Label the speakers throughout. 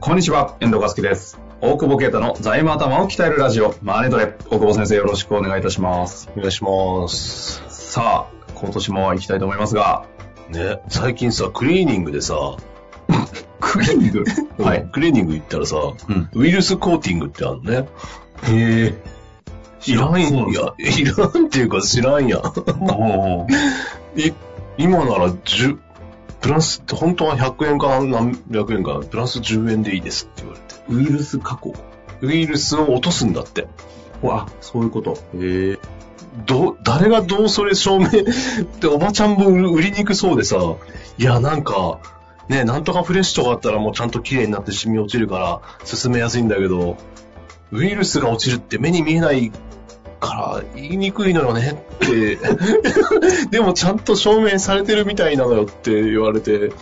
Speaker 1: こんにちは、遠藤和樹です。大久保啓太の財務頭を鍛えるラジオ、マネトレ。大久保先生、よろしくお願いいたします。
Speaker 2: お願いします。
Speaker 1: さあ、今年も行きたいと思いますが、
Speaker 2: ね、最近さ、クリーニングでさ、
Speaker 1: クリーニングはい。
Speaker 2: クリーニング行ったらさ、
Speaker 1: うん
Speaker 2: ウイルスコーティングってあるのね。
Speaker 1: へえ。
Speaker 2: いらん
Speaker 1: そうなんです
Speaker 2: や、いらんっていうか知らん やん。
Speaker 1: おー
Speaker 2: い今なら10、プラス、本当は100円か何百円か、プラス10円でいいですって言われて。
Speaker 1: ウイルス加工
Speaker 2: ウイルスを落とすんだって。
Speaker 1: あ、そういうこと。へえ。
Speaker 2: ど、誰がどうそれ証明って、おばちゃんも売りにくそうでさ、いや、なんか、ね、なんとかフレッシュとかあったらもうちゃんと綺麗になって染み落ちるから、進めやすいんだけど、ウイルスが落ちるって目に見えないから、言いにくいのよねって、 でもちゃんと証明されてるみたいなのよって言われて、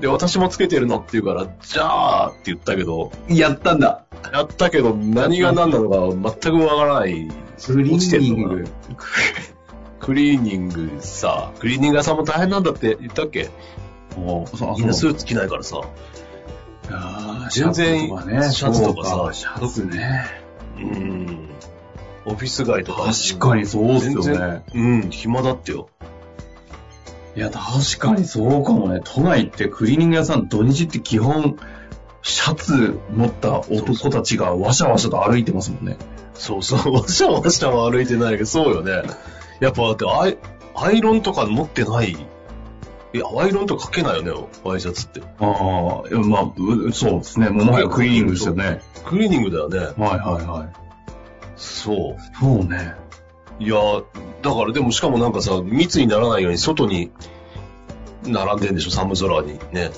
Speaker 2: で、私もつけてるのって言うから、じゃあって言ったけど、
Speaker 1: やったんだ。
Speaker 2: やったけど何が何なのか全くわからない。
Speaker 1: クリーニング。
Speaker 2: クリーニングさ、クリーニング屋さんも大変なんだって言ったっけ
Speaker 1: もう、そう
Speaker 2: みんなス
Speaker 1: う。
Speaker 2: ーツ着ないからさ。
Speaker 1: あー
Speaker 2: 全然
Speaker 1: シャツとかね。
Speaker 2: シャツとかさ
Speaker 1: そうシャツね。
Speaker 2: うん。オフィス街とか。
Speaker 1: 確かにそうですよ
Speaker 2: 全
Speaker 1: ね
Speaker 2: 然。うん、暇だってよ。
Speaker 1: いや、確かにそうかもね。都内ってクリーニング屋さん土日って基本、シャツ持った男たちがわしゃわしゃと歩いてますもんね。
Speaker 2: そうそう、 わしゃわしゃは歩いてないけど、そうよね。やっぱだってアイ、アイロンとか持ってない。いや、アイロンとかかけないよね、ワイシャツって。
Speaker 1: ああ、いやまあ、うそうですね。もうもはやクリーニングですよね。
Speaker 2: クリーニングだよね。
Speaker 1: はいはいはい。
Speaker 2: そう。
Speaker 1: そうね。
Speaker 2: いや、だからでもしかもなんかさ、密にならないように外に並んでんでしょ、寒空にね。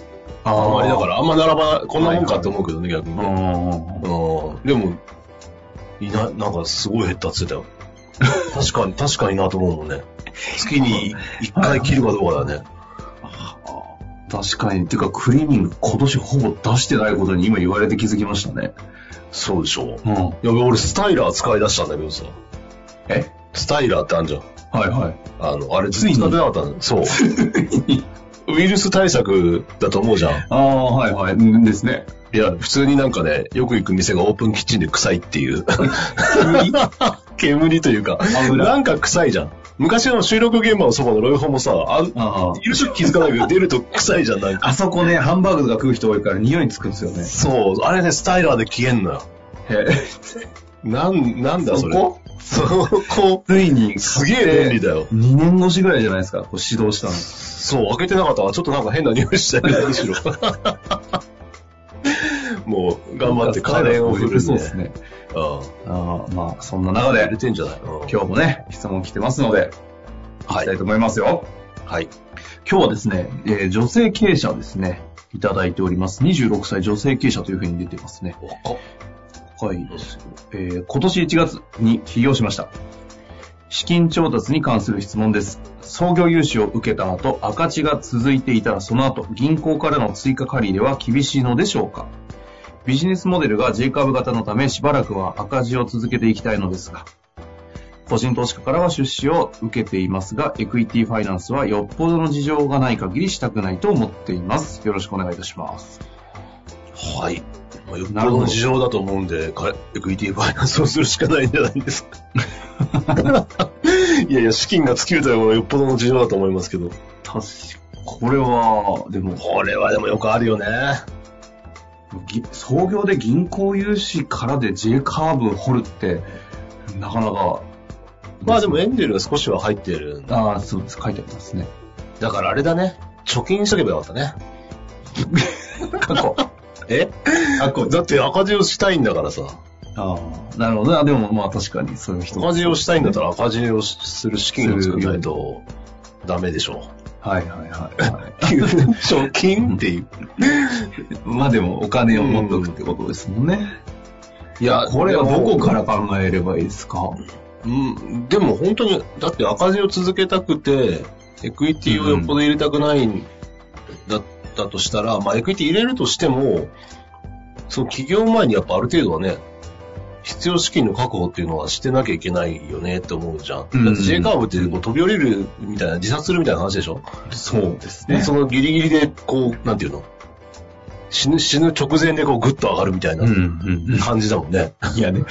Speaker 2: あまりだからあんま並ば、こんなもんかって思うけどね、逆に
Speaker 1: うん。
Speaker 2: ね。うん。でも、いな、なんかすごい減ったって 言ってたよ。確かに、確かになと思うもんね。月に一回切るかどうかだよね。
Speaker 1: 確かに。てか、クリーニング今年ほぼ出してないことに今言われて気づきましたね。
Speaker 2: そうでしょう。
Speaker 1: うん。
Speaker 2: いや、俺スタイラー使い出したんだけどさ。
Speaker 1: え
Speaker 2: スタイラーってあるじゃん。
Speaker 1: はいはい。
Speaker 2: あの、あれずっと使ってなかったのそう。 ウイルス対策だと思うじゃん。
Speaker 1: ああ、はいはい。んです ね。
Speaker 2: いや、普通になんかね、よく行く店がオープンキッチンで臭いっていう。煙というか、
Speaker 1: 油
Speaker 2: なんか臭いじゃん。昔の収録現場のそばのロイホもさ、あん
Speaker 1: ああ
Speaker 2: いる人気づかないけど出ると臭いじゃん、なんか。
Speaker 1: あそこね、ハンバーグとか食う人多いから匂いつくんですよね。
Speaker 2: そう、あれね、スタイラーで消えんのよ。
Speaker 1: へえ。
Speaker 2: なん、なんだそれ。
Speaker 1: そこ
Speaker 2: そこ
Speaker 1: ついに、
Speaker 2: すげえ便利だよ。
Speaker 1: 2年越しぐらいじゃないですか、こう指導したの。
Speaker 2: そう、開けてなかったわ。ちょっとなんか変な匂いしたけど、むしろ。 もう、頑張ってカレーを振るね。
Speaker 1: そうですね。
Speaker 2: うん。
Speaker 1: ああまあ、そんな中で
Speaker 2: 売れ、てんじゃない今
Speaker 1: 今日もね、質問来てますので、
Speaker 2: は
Speaker 1: したいと思いますよ。
Speaker 2: はい。
Speaker 1: 今日はですね、えー女性経営者ですね、いただいております。26歳女性経営者というふうに出てますね。
Speaker 2: 若っ
Speaker 1: はいですよ。えー今年1月に起業しました。資金調達に関する質問です。創業融資を受けた後、赤字が続いていたら、その後、銀行からの追加借り入れは厳しいのでしょうかビジネスモデルが J 株型のため、しばらくは赤字を続けていきたいのですが、個人投資家からは出資を受けていますが、エクイティファイナンスはよっぽどの事情がない限りしたくないと思っています。よろしくお願いいたします。
Speaker 2: はい。まあ、よっぽ
Speaker 1: なるほ
Speaker 2: ど
Speaker 1: ど
Speaker 2: の事情だと思うんで、かエクイティファイナンスをするしかないんじゃないですか。 いやいや、資金が尽きるというのはよっぽどの事情だと思いますけど。
Speaker 1: 確かこれは、でも、
Speaker 2: これはでもよくあるよね。
Speaker 1: ぎ創業で銀行融資からで J カーブを掘るって、なかなか、
Speaker 2: まあでもエンデルが少しは入ってるんだ。
Speaker 1: ああ、そうです。書いてありますね。
Speaker 2: だからあれだね。貯金しとけばよかったね。
Speaker 1: 過 去。
Speaker 2: えあこだって赤字をしたいんだからさ。
Speaker 1: ああ、なるほど。あでも、まあ確かに、そういう人。
Speaker 2: 赤字をしたいんだったら赤字をする資金を作らないと、ダメでしょ
Speaker 1: はいはいはい、は
Speaker 2: う。 貯金っていう。
Speaker 1: い。まあでもお金を持っとくってことですもんね。
Speaker 2: いや
Speaker 1: これはどこから考えればいいですか
Speaker 2: うん、でも本当に、だって赤字を続けたくて、エクイティをよっぽど入れたくないんだったとしたら、まあエクイティ入れるとしても、その起業前にやっぱある程度はね、必要資金の確保っていうのはしてなきゃいけないよねって思うじゃん。だっ
Speaker 1: うん
Speaker 2: て J カーブってこう飛び降りるみたいな、自殺するみたいな話でしょ。
Speaker 1: そうです
Speaker 2: でそのギリギリでこう、なんていうの死ぬ、死ぬ直前でこうグッと上がるみたい
Speaker 1: うんう。
Speaker 2: なん感じだも んね。
Speaker 1: いやね、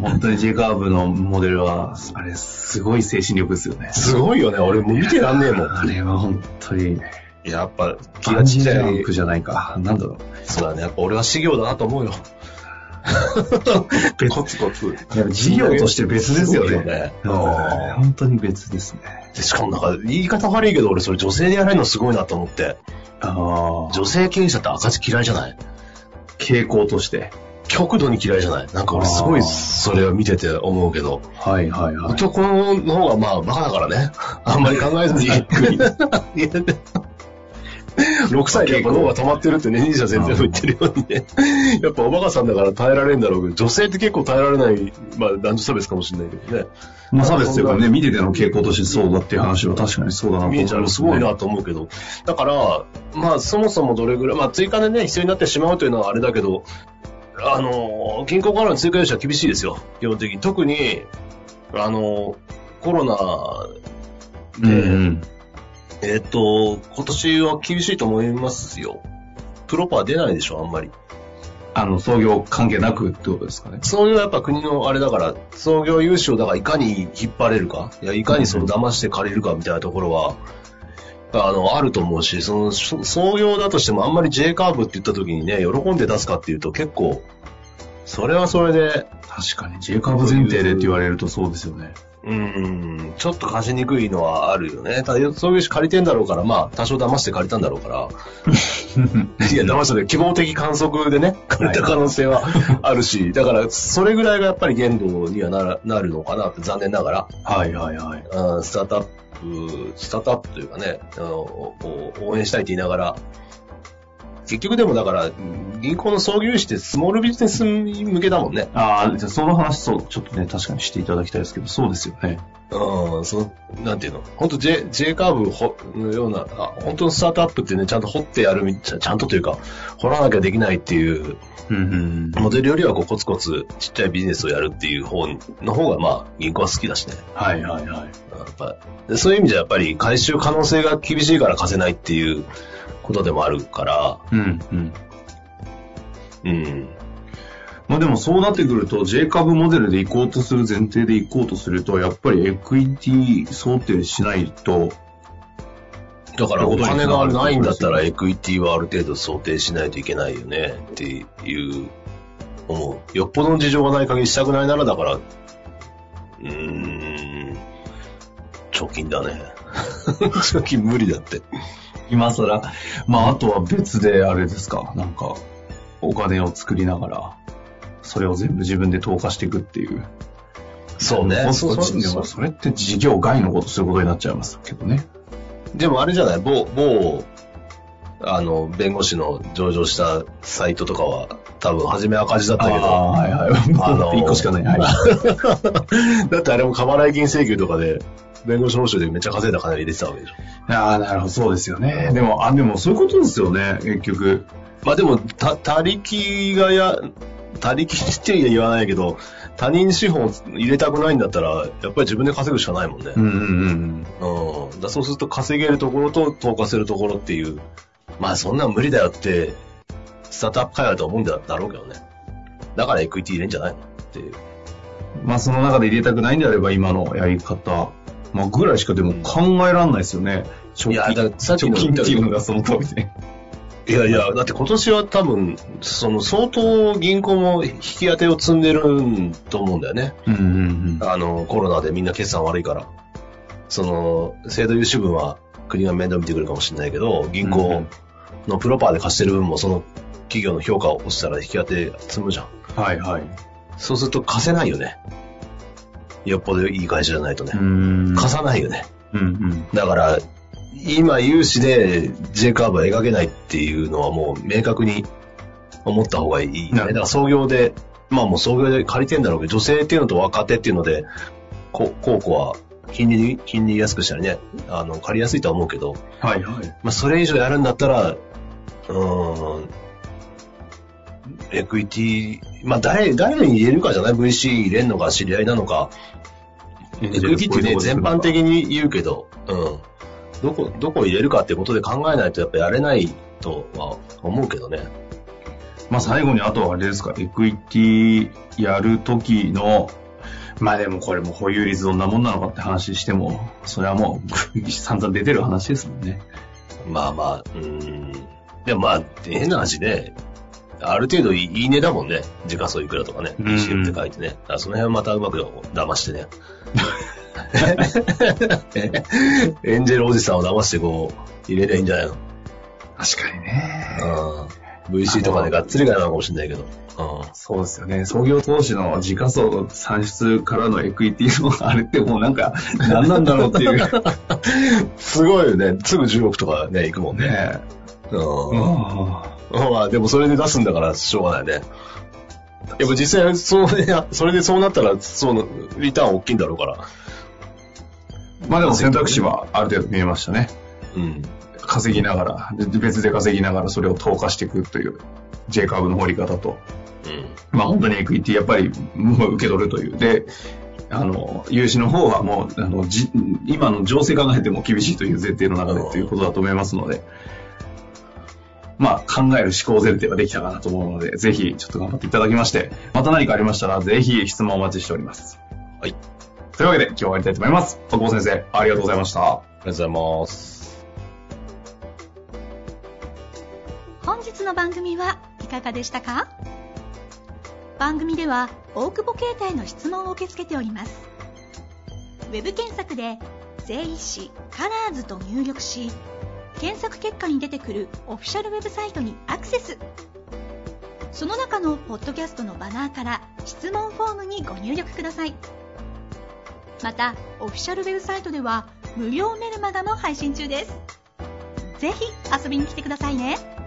Speaker 1: 本当に J カーブのモデルは、あれ、すごい精神力ですよね。
Speaker 2: すごいよね。俺もう見てらんねえもん。
Speaker 1: あれは本当に、
Speaker 2: やっぱ、気
Speaker 1: バン
Speaker 2: がち
Speaker 1: ジージ
Speaker 2: だよ。
Speaker 1: ャンプじゃないか。なんだろう。
Speaker 2: そうだね。やっぱ俺は修行だなと思うよ。 コツコツ。
Speaker 1: いや事業として別ですよ
Speaker 2: す
Speaker 1: ね。
Speaker 2: ごいよね
Speaker 1: うん本当に別ですね。
Speaker 2: でしかもなんか、言い方悪いけど、俺それ女性でやられるのすごいなと思って。
Speaker 1: ああ
Speaker 2: 女性経営者って赤字嫌いじゃない
Speaker 1: 傾向として。
Speaker 2: 極度に嫌いじゃないなんか俺すご
Speaker 1: あ
Speaker 2: い
Speaker 1: ー
Speaker 2: それを見てて思うけど。
Speaker 1: はいはいは。
Speaker 2: 男の方がまあバカだからね。 あんまり考えずに。6歳でやっぱ脳が溜まってるってね、兄者全然も言ってるようにね。やっぱおバカさんだから耐えられるんだろうけど、女性って結構耐えられない、まあ男女差別かもしれないけどね。
Speaker 1: まあ差別というかね、見てての傾向としてそうだっていう話は確かにそうだなと思
Speaker 2: 見えちゃうすごいなと思うけど。だから、まあそもそもどれぐらい、まあ追加でね、必要になってしまうというのはあれだけど、あの、銀行からの追加融資は厳しいですよ。基本的に。特に、あの、コロ
Speaker 1: うん
Speaker 2: ナで、
Speaker 1: うん。
Speaker 2: えっと、今年は厳しいと思いますよ。プロパー出ないでしょ、あんまり。
Speaker 1: あの、創業関係なくってことですかね。
Speaker 2: 創業はやっぱ国のあれだから、創業融資をだからいかに引っ張れるか、いやいかにその騙して借りるかみたいなところは、あの、あると思うし、その、そ創業だとしてもあんまり J カーブって言った時にね、喜んで出すかっていうと結構、それはそれで、
Speaker 1: 確かに。J カーブ前提でって言われるとそうですよね。
Speaker 2: うん、ちょっと貸しにくいのはあるよね。ただ、創業融資借りてんだろうから、まあ、多少騙して借りたんだろうから、いや、騙したで、希望的観測でね、借りた可能性はあるし、だから、それぐらいがやっぱり限度にはならなるのかなって、残念なが
Speaker 1: はいはいはい。
Speaker 2: ら、うん、スタートアップ、スタートアップというかね、あのこう応援したいって言いながら、結局でもだから、うん銀行の創業融資ってスモールビジネス向けだもんね。
Speaker 1: ああ、じゃあその話、そう、ちょっとね、確かにしていただきたいですけど、そうですよね。
Speaker 2: うん、その、なんていうの、本当 J、J カーブほのような、あ本当のスタートアップってね、ちゃんと掘ってやるみ、ちゃちゃんとというか、掘らなきゃできないっていう
Speaker 1: うん
Speaker 2: モデルよりはこうコツコツちっちゃいビジネスをやるっていう方の方がまあ銀行は好きだしね。
Speaker 1: はいはいはい。
Speaker 2: やっぱでそういう意味じゃやっぱり回収可能性が厳しいから貸せないっていうことでもあるから、
Speaker 1: うんうん。
Speaker 2: うん。
Speaker 1: まあでもそうなってくると、J 株モデルで行こうとする前提で行こうとすると、やっぱりエクイティ想定しないと、
Speaker 2: だからお金がないんだったらエクイティはある程度想定しないといけないよねっていう思う。よっぽどの事情がない限りしたくないならだから、うーん、貯金だね。 貯金無理だって。
Speaker 1: 今更、まああとは別であれですか、なんか、お金を作りながら、それを全部自分で投下していくっていう。
Speaker 2: そうね
Speaker 1: 本当
Speaker 2: そうそう
Speaker 1: でもそれって事業外のことすることになっちゃいますけどね。
Speaker 2: でもあれじゃない某、某、あの、弁護士の上場したサイトとかは、多分、初め赤字だったけ
Speaker 1: ああ、
Speaker 2: ど、
Speaker 1: はいはい。
Speaker 2: あのー
Speaker 1: 1個しかない。 はい。
Speaker 2: だってあれも過払い金請求とかで、弁護士報酬でめっちゃ稼いだ金入れてたわけでしょ。
Speaker 1: ああ、なるほど、そうですよね。でも、あ、でもそういうことですよね、結局。
Speaker 2: まあでも、た、他力がや、他力って言わないけど、他人資本を入れたくないんだったら、やっぱり自分で稼ぐしかないもんね。
Speaker 1: うんうんうん。
Speaker 2: うん。だそうすると稼げるところと投下するところっていう、まあそんなん無理だよって、スタートアップ会話だと思うんだだろうけどね。だからエクイティ入れんじゃないのっていう。
Speaker 1: まあ、その中で入れたくないんであれば、今のやり方、まあ、ぐらいしかでも考えられないですよね。貯
Speaker 2: いやだからさっき
Speaker 1: 貯
Speaker 2: の
Speaker 1: 金っていうのがその通りで。
Speaker 2: いやいや、だって今年は多分、その相当銀行も引き当てを積んでると思うんだよね。
Speaker 1: うんうん
Speaker 2: あの、コロナでみんな決算悪いから。その、制度融資分は国が面倒見てくるかもしれないけど、銀行のプロパーで貸してる分もその企業の評価を落ちたら引き当て積むじゃん。
Speaker 1: うん。はいはい。
Speaker 2: そうすると貸せないよね。よっぽどいい会社じゃないとね。
Speaker 1: ん
Speaker 2: 貸さないよね。
Speaker 1: うんうん。
Speaker 2: だから、今融資で J カーブは描けないっていうのはもう明確に思った方がいい、ね。
Speaker 1: な
Speaker 2: だ
Speaker 1: るほど
Speaker 2: から創業で、まあもう創業で借りてんだろうけど、女性っていうのと若手っていうので、こ高校は金利、金利安くしたりね、あの、借りやすいとは思うけど、
Speaker 1: はいはい。
Speaker 2: まあそれ以上やるんだったら、うーん、エクイティ、まあ誰、誰に入れるかじゃない ?VC 入れるのか知り合いなのか、エクイティってね、全般的に言うけど、うん。どこ、どこ入れるかってことで考えないとやっぱやれないとは思うけどね。
Speaker 1: まあ最後にあとはあれですか、エクイティやる時の、まあでもこれも保有率どんなもんなのかって話しても、それはもう 散々出てる話ですもんね。
Speaker 2: まあまあ、うん。でもまあ、変な話ね。ある程度いいい値だもんね。時価総いくらとかね。
Speaker 1: うんうん
Speaker 2: ECM って書いてね。だからその辺はまたうまく騙して ね。エンジェルおじさんを騙してこう、入れりゃいいんじゃないの
Speaker 1: 確かにね。
Speaker 2: うん。VC とかでがっつりがなのかもしれないけど。うん。
Speaker 1: そうですよね。創業投資の時価総算出からのエクイティのあれってもうなんか、何なんだろうっていう。
Speaker 2: すごいよね。すぐ10億とかね、行くもんね。
Speaker 1: ね
Speaker 2: うん。
Speaker 1: うん
Speaker 2: まあ、でもそれで出すんだからしょうがないね。でも実際、そうね、 それでそうなったら、その、リターン大きいんだろうから。
Speaker 1: まあでも選択肢はある程度見えましたね。
Speaker 2: うん。
Speaker 1: 稼ぎながら、で別で稼ぎながらそれを投下していくという、J カーブの掘り方と。まあ本当にエクイティやっぱりもう受け取るという。で、あの、融資の方はもう、あの、じ今の情勢考えても厳しいという前提の中でということだと思いますので、まあ考える思考前提はできたかなと思うので、ぜひちょっと頑張っていただきまして、また何かありましたらぜひ質問お待ちしております。
Speaker 2: はい。
Speaker 1: というわけで今日は終わりたいと思います。徳保先生、ありがとうございました。
Speaker 2: ありがとうございます。
Speaker 3: 本日の番組はいかがでしたか番組では大久保携帯の質問を受け付けておりますウェブ検索で「税理士カラーズと入力し検索結果に出てくるオフィシャルウェブサイトにアクセスその中のポッドキャストのバナーから質問フォームにご入力くださいまたオフィシャルウェブサイトでは無料メルマガも配信中ですぜひ遊びに来てくださいね